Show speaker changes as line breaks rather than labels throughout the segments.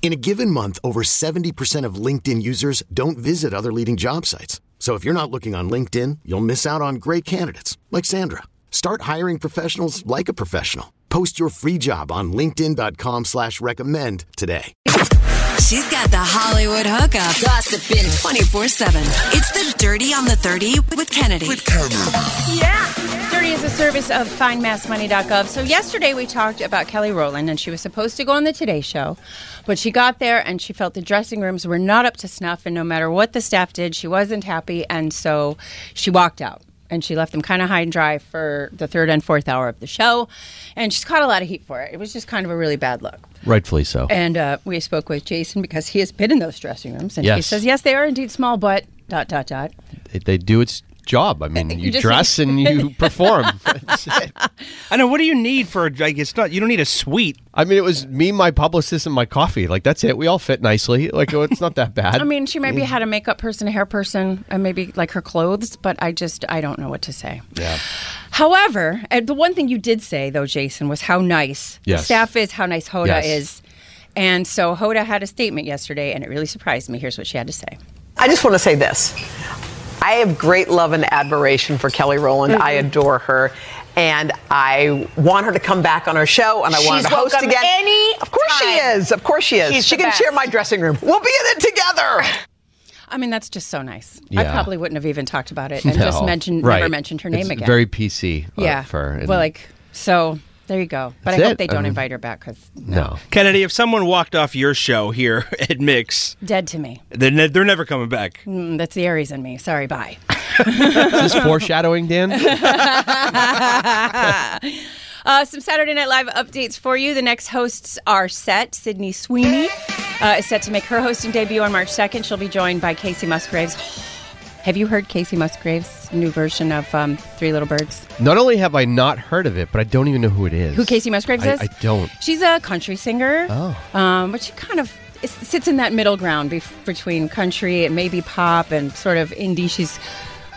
In a given month, over 70% of LinkedIn users don't visit other leading job sites. So if you're not looking on LinkedIn, you'll miss out on great candidates like Sandra. Start hiring professionals like a professional. Post your free job on linkedin.com slash recommend today.
She's got the Hollywood hookup. Gossiping 24-7. It's the Dirty on the 30 with Kennedy. With
Yeah. Dirty is a service of findmassmoney.gov. So yesterday we talked about Kelly Rowland and she was supposed to go on the Today show, but she got there and she felt the dressing rooms were not up to snuff and no matter what the staff did, she wasn't happy and so she walked out. And she left them kind of high and dry for the third and fourth hour of the show. And she's caught a lot of heat for it. It was just kind of a really bad look.
Rightfully so.
And uh, we spoke with Jason because he has been in those dressing rooms. And he
Yes.
says, yes, they are indeed small, but dot, dot, dot.
They, they do its job. I mean,
You
you,
just-
dress and you perform. That's it.
I know. What do you need for like? It's not. You don't need a suite.
I mean, it was me, my publicist, and my coffee. Like that's it. We all fit nicely. Like oh, it's not that bad.
I mean, she maybe had a makeup person, a hair person, and maybe like her clothes, but I just, I don't know what to say.
yeah.
However, uh, the one thing you did say, though, Jason, was how nice the
Yes.
staff is, how nice Hoda
Yes.
is. And so Hoda had a statement yesterday, and it really surprised me. Here's what she had to say.
I just want to say this. I have great love and admiration for Kelly Rowland. I
Mm-hmm.
adore her. And I want her to come back on our show, and I want her
She's
to host
welcome
again.
any
of course she
time.
is. Of course she is.
She's
she
the
can share
best.
my dressing room. We'll be in it together.
I mean, that's just so nice. I
Yeah.
probably wouldn't have even talked about it and just
No.
mentioned, never
Right.
mentioned her name
It's
again.
Very PC. uh,
yeah.
For and-
well, like, so there you go. But
That's
I hope
it. Um,
they
I
don't
mean-
invite her back because
no.
Kennedy, if someone walked off your show here at Mix,
dead to me.
they're, ne- they're never coming back.
Mm, that's the Aries in me. Sorry, bye.
Is this foreshadowing, Dan?
Uh, some Saturday Night Live updates for you. The next hosts are set. Sydney Sweeney uh, is set to make her hosting debut on March 2nd. She'll be joined by Casey Musgraves. Have you heard Casey Musgraves' new version of um, Three Little Birds?
Not only have I not heard of it, but I don't even know who it is.
Who Casey Musgraves
I,
is?
I don't.
She's a country singer.
Oh.
Um, but she kind of is, sits in that middle ground bef- between country and maybe pop and sort of indie. She's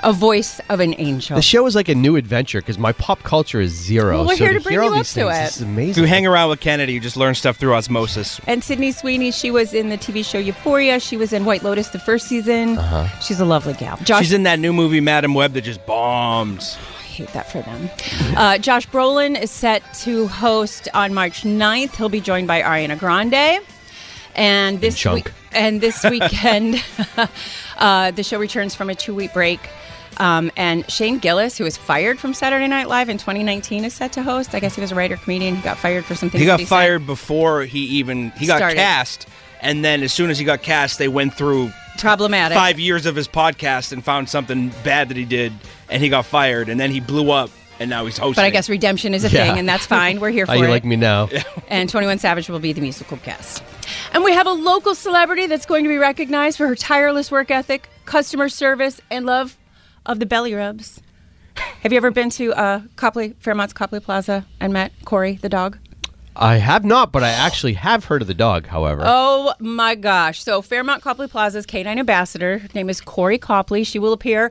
a voice of an angel.
The show is like a new adventure because my pop culture is zero.
Well, we're
so
here to
to,
bring
hear
you
all
up
these
to
things,
it.
This is amazing.
You hang around with Kennedy, you just learn stuff through osmosis.
And Sydney Sweeney, she was in the TV show Euphoria. She was in White Lotus the first season. She's a lovely gal. Josh,
She's in that new movie, Madam Web, that just bombed.
I hate that for them. Uh, Josh Brolin is set to host on March 9th. He'll be joined by Ariana Grande. And this
chunk.
week, and this weekend, uh, the show returns from a two-week break. Um, and Shane Gillis, who was fired from Saturday Night Live in 2019, is set to host. I guess he was a writer comedian. He got fired for something.
He got
said.
fired before he even he got
Started.
cast, and then as soon as he got cast, they went through
Problematic.
five years of his podcast and found something bad that he did, and he got fired, and then he blew up, and now he's hosting.
But I guess redemption is a
Yeah.
thing, and that's fine. We're here for
How you
it.
like me now?
and 21 Savage will be the musical guest. And we have a local celebrity that's going to be recognized for her tireless work ethic, customer service, and love of the belly rubs. Have you ever been to uh, Copley, Fairmont's Copley Plaza and met Corey the dog?
I have not, but I actually have heard of the dog. However.
Oh my gosh. So, Fairmont Copley Plaza's canine ambassador, her name is Corey Copley. She will appear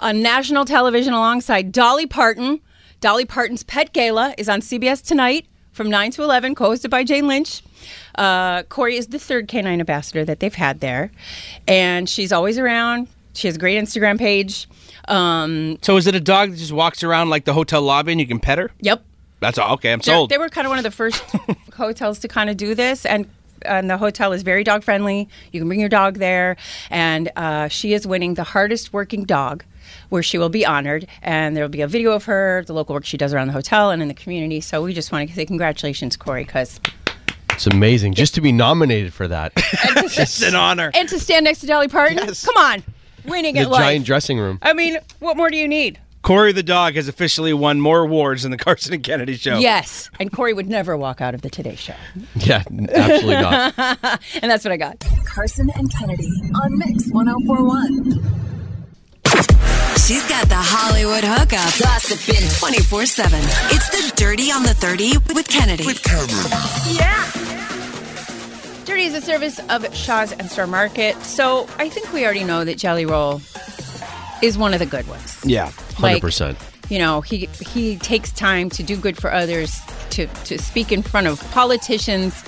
on national television alongside Dolly Parton. Dolly Parton's Pet Gala is on CBS tonight from 9 to 11, co hosted by Jane Lynch. Uh, Corey is the third canine ambassador that they've had there, and she's always around. She has a great Instagram page. Um,
so. Is it a dog that just walks around like the hotel lobby and you can pet her?
yep.
That's all. Okay, I'm
They're-
sold.
They were kind of one of the first hotels to kind of do this, and and the hotel is very dog friendly. You can bring your dog there, and uh, she is winning the hardest working dog where she will be honored, and there will be a video of her, the local work she does around the hotel and in the community. So we just want to say congratulations, Corey, because
It's amazing just to be nominated for that.
It's an honor.
and to stand next to Dolly Parton, come on, winning
the
at life.
giant dressing room.
I mean, what more do you need?
Corey the dog has officially won more awards than the Carson and Kennedy show.
Oh.
Yes, and Corey would never walk out of the Today Show,
Yeah, n- absolutely not.
and that's what I got.
Carson and Kennedy on Mix 1041.
She's got the Hollywood hookup. Gossiping 24 7. It's the Dirty on the 30 with Kennedy.
Dirty is a service of Shaw's and Star Market. So I think we already know that Jelly Roll is one of the good ones.
Yeah.
100%.
You know, he he takes time to do good for others, to to speak in front of politicians,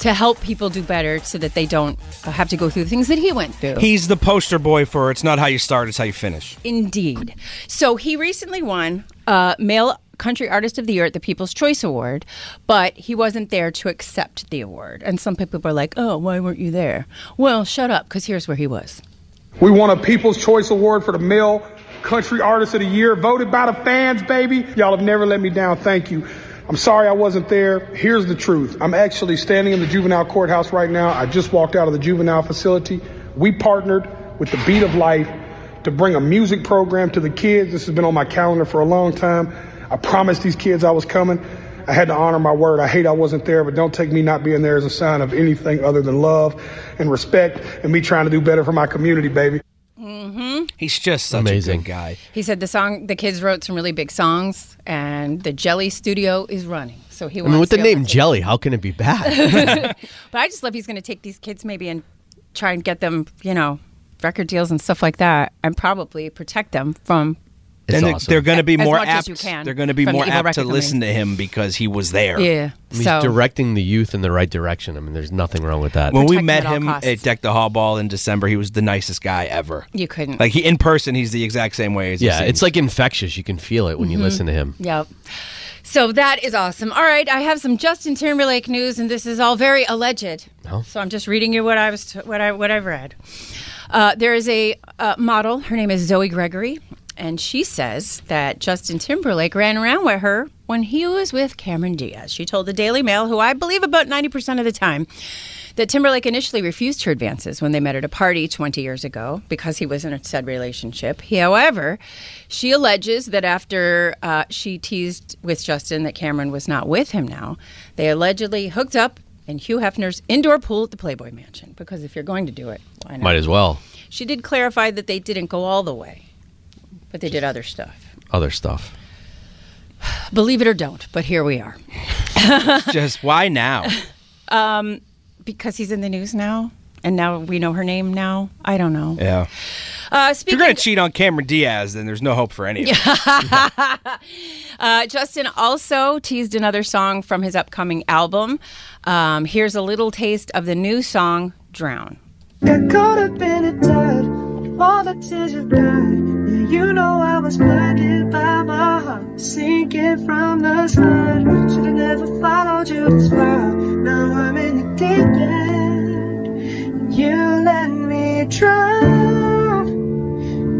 to help people do better, so that they don't have to go through the things that he went through.
He's the poster boy for it's not how you start, it's how you finish.
Indeed. So he recently won uh, Male Country Artist of the Year at the People's Choice Award, but he wasn't there to accept the award. And some people were like, oh, why weren't you there? Well, shut up, because here's where he was.
We won a People's Choice Award for the Male Country Artist of the Year, voted by the fans, baby. Y'all have never let me down. Thank you. I'm sorry I wasn't there. Here's the truth. I'm actually standing in the juvenile courthouse right now. I just walked out of the juvenile facility. We partnered with the Beat of Life to bring a music program to the kids. This has been on my calendar for a long time. I promised these kids I was coming. I had to honor my word. I hate I wasn't there, but don't take me not being there as a sign of anything other than love and respect and me trying to do better for my community, baby.
He's just such
Amazing.
a good guy.
He said the song, the kids wrote some really big songs, and the Jelly Studio is running. So he
I mean,
wants
with the
to-
name Jelly, how can it be bad?
But I just love he's going to take these kids maybe and try and get them, you know, record deals and stuff like that, and probably protect them from.
It's
and they're-
awesome.
they're going to be
As
more
much as
apt.
you can
they're going to be
from the
more
Evil
apt to
Record Company.
listen to him because he was there.
Yeah.
Oh, He's
so
directing the youth in the right direction. I mean, there's nothing wrong with that.
When we
Protect him
met
at all
him
costs.
at Deck the Hall Ball in December, he was the nicest guy ever.
you couldn't.
Like he in person, he's the exact same way as he
yeah,
seems.
it's like infectious. You can feel it when
Mm-hmm.
you listen to him.
Yep. So that is awesome. All right, I have some Justin Timberlake news, and this is all very alleged. So I'm just reading you what I was t- what I what I've read. Uh, there is a uh, model. Her name is Zoe Gregory, and she says that Justin Timberlake ran around with her when he was with Cameron Diaz. She told the Daily Mail, who I believe about 90% of the time, that Timberlake initially refused her advances when they met at a party 20 years ago because he was in a said relationship. He, however, she alleges that after uh, she teased with Justin that Cameron was not with him now, they allegedly hooked up in Hugh Hefner's indoor pool at the Playboy Mansion. Because if you're going to do it, why not?
Might as well.
She did clarify that they didn't go all the way, but they did other stuff.
Other stuff.
Believe it or don't, but here we are.
just why now?
Um, Because he's in the news now, and now we know her name now. I don't know.
Yeah.
Uh,
If
speaking
you're going to cheat on Cameron Diaz, then there's no hope for any of us.
Uh, Justin also teased another song from his upcoming album. Um, here's a little taste of the new song, Drown.
There could have been a tide, all the tears you cried. You know I was blinded by my heart, sinking from the slide. Should've never followed you this far. Now I'm in the deep end. You let me drown.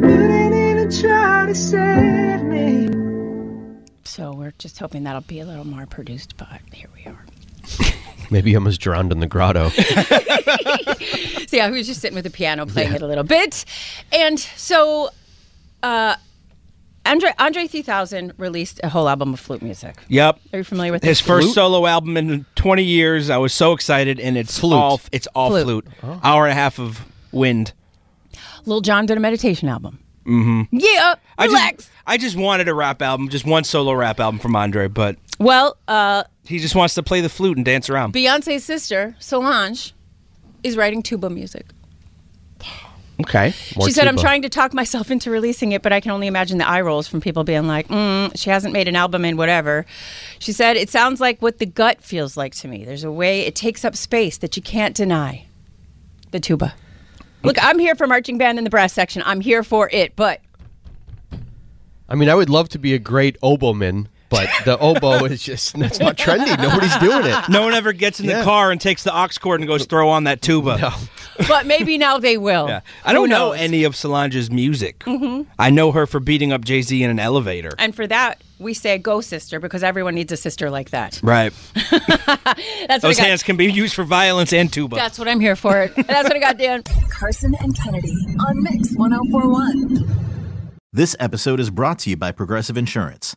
You didn't even try to save me.
So we're just hoping that'll be a little more produced, but here we are.
Maybe he almost drowned in the grotto.
So yeah, he was just sitting with the piano playing it a little bit. And so uh, Andre, Andre 3000 released a whole album of flute music.
Yep.
Are you familiar with
His
this?
first solo album in 20 years. I was so excited, and it's
Flute.
all it's all
Flute.
flute. Hour and a half of wind.
Lil Jon did a meditation album. Mm-hmm. Yeah,
I
relax.
just, I just wanted a rap album, just one solo rap album from Andre, but
well, uh,
he just wants to play the flute and dance around.
Beyonce's sister, Solange, is writing tuba music.
Okay.
More
she said, I'm
tuba.
trying to talk myself into releasing it, but I can only imagine the eye rolls from people being like, mm, she hasn't made an album in whatever. She said, it sounds like what the gut feels like to me. There's a way it takes up space that you can't deny. The tuba. Look, I'm here for marching band in the brass section. I'm here for it, but
I mean, I would love to be a great oboeman, but the oboe is just that's not trendy. Nobody's doing it.
No one ever gets in the
Yeah.
car and takes the ox cord and goes throw on that tuba.
but maybe now they will.
Yeah. I don't know any of Solange's music. hmm
Mm-hmm.
I know her for beating up Jay Z in an elevator.
And for that, we say go sister because everyone needs a sister like that.
Right.
That's what
Those
I got.
hands can be used for violence and tuba.
That's what I'm here for. That's what I got, Dan.
Carson and Kennedy on Mix 1041.
This episode is brought to you by Progressive Insurance.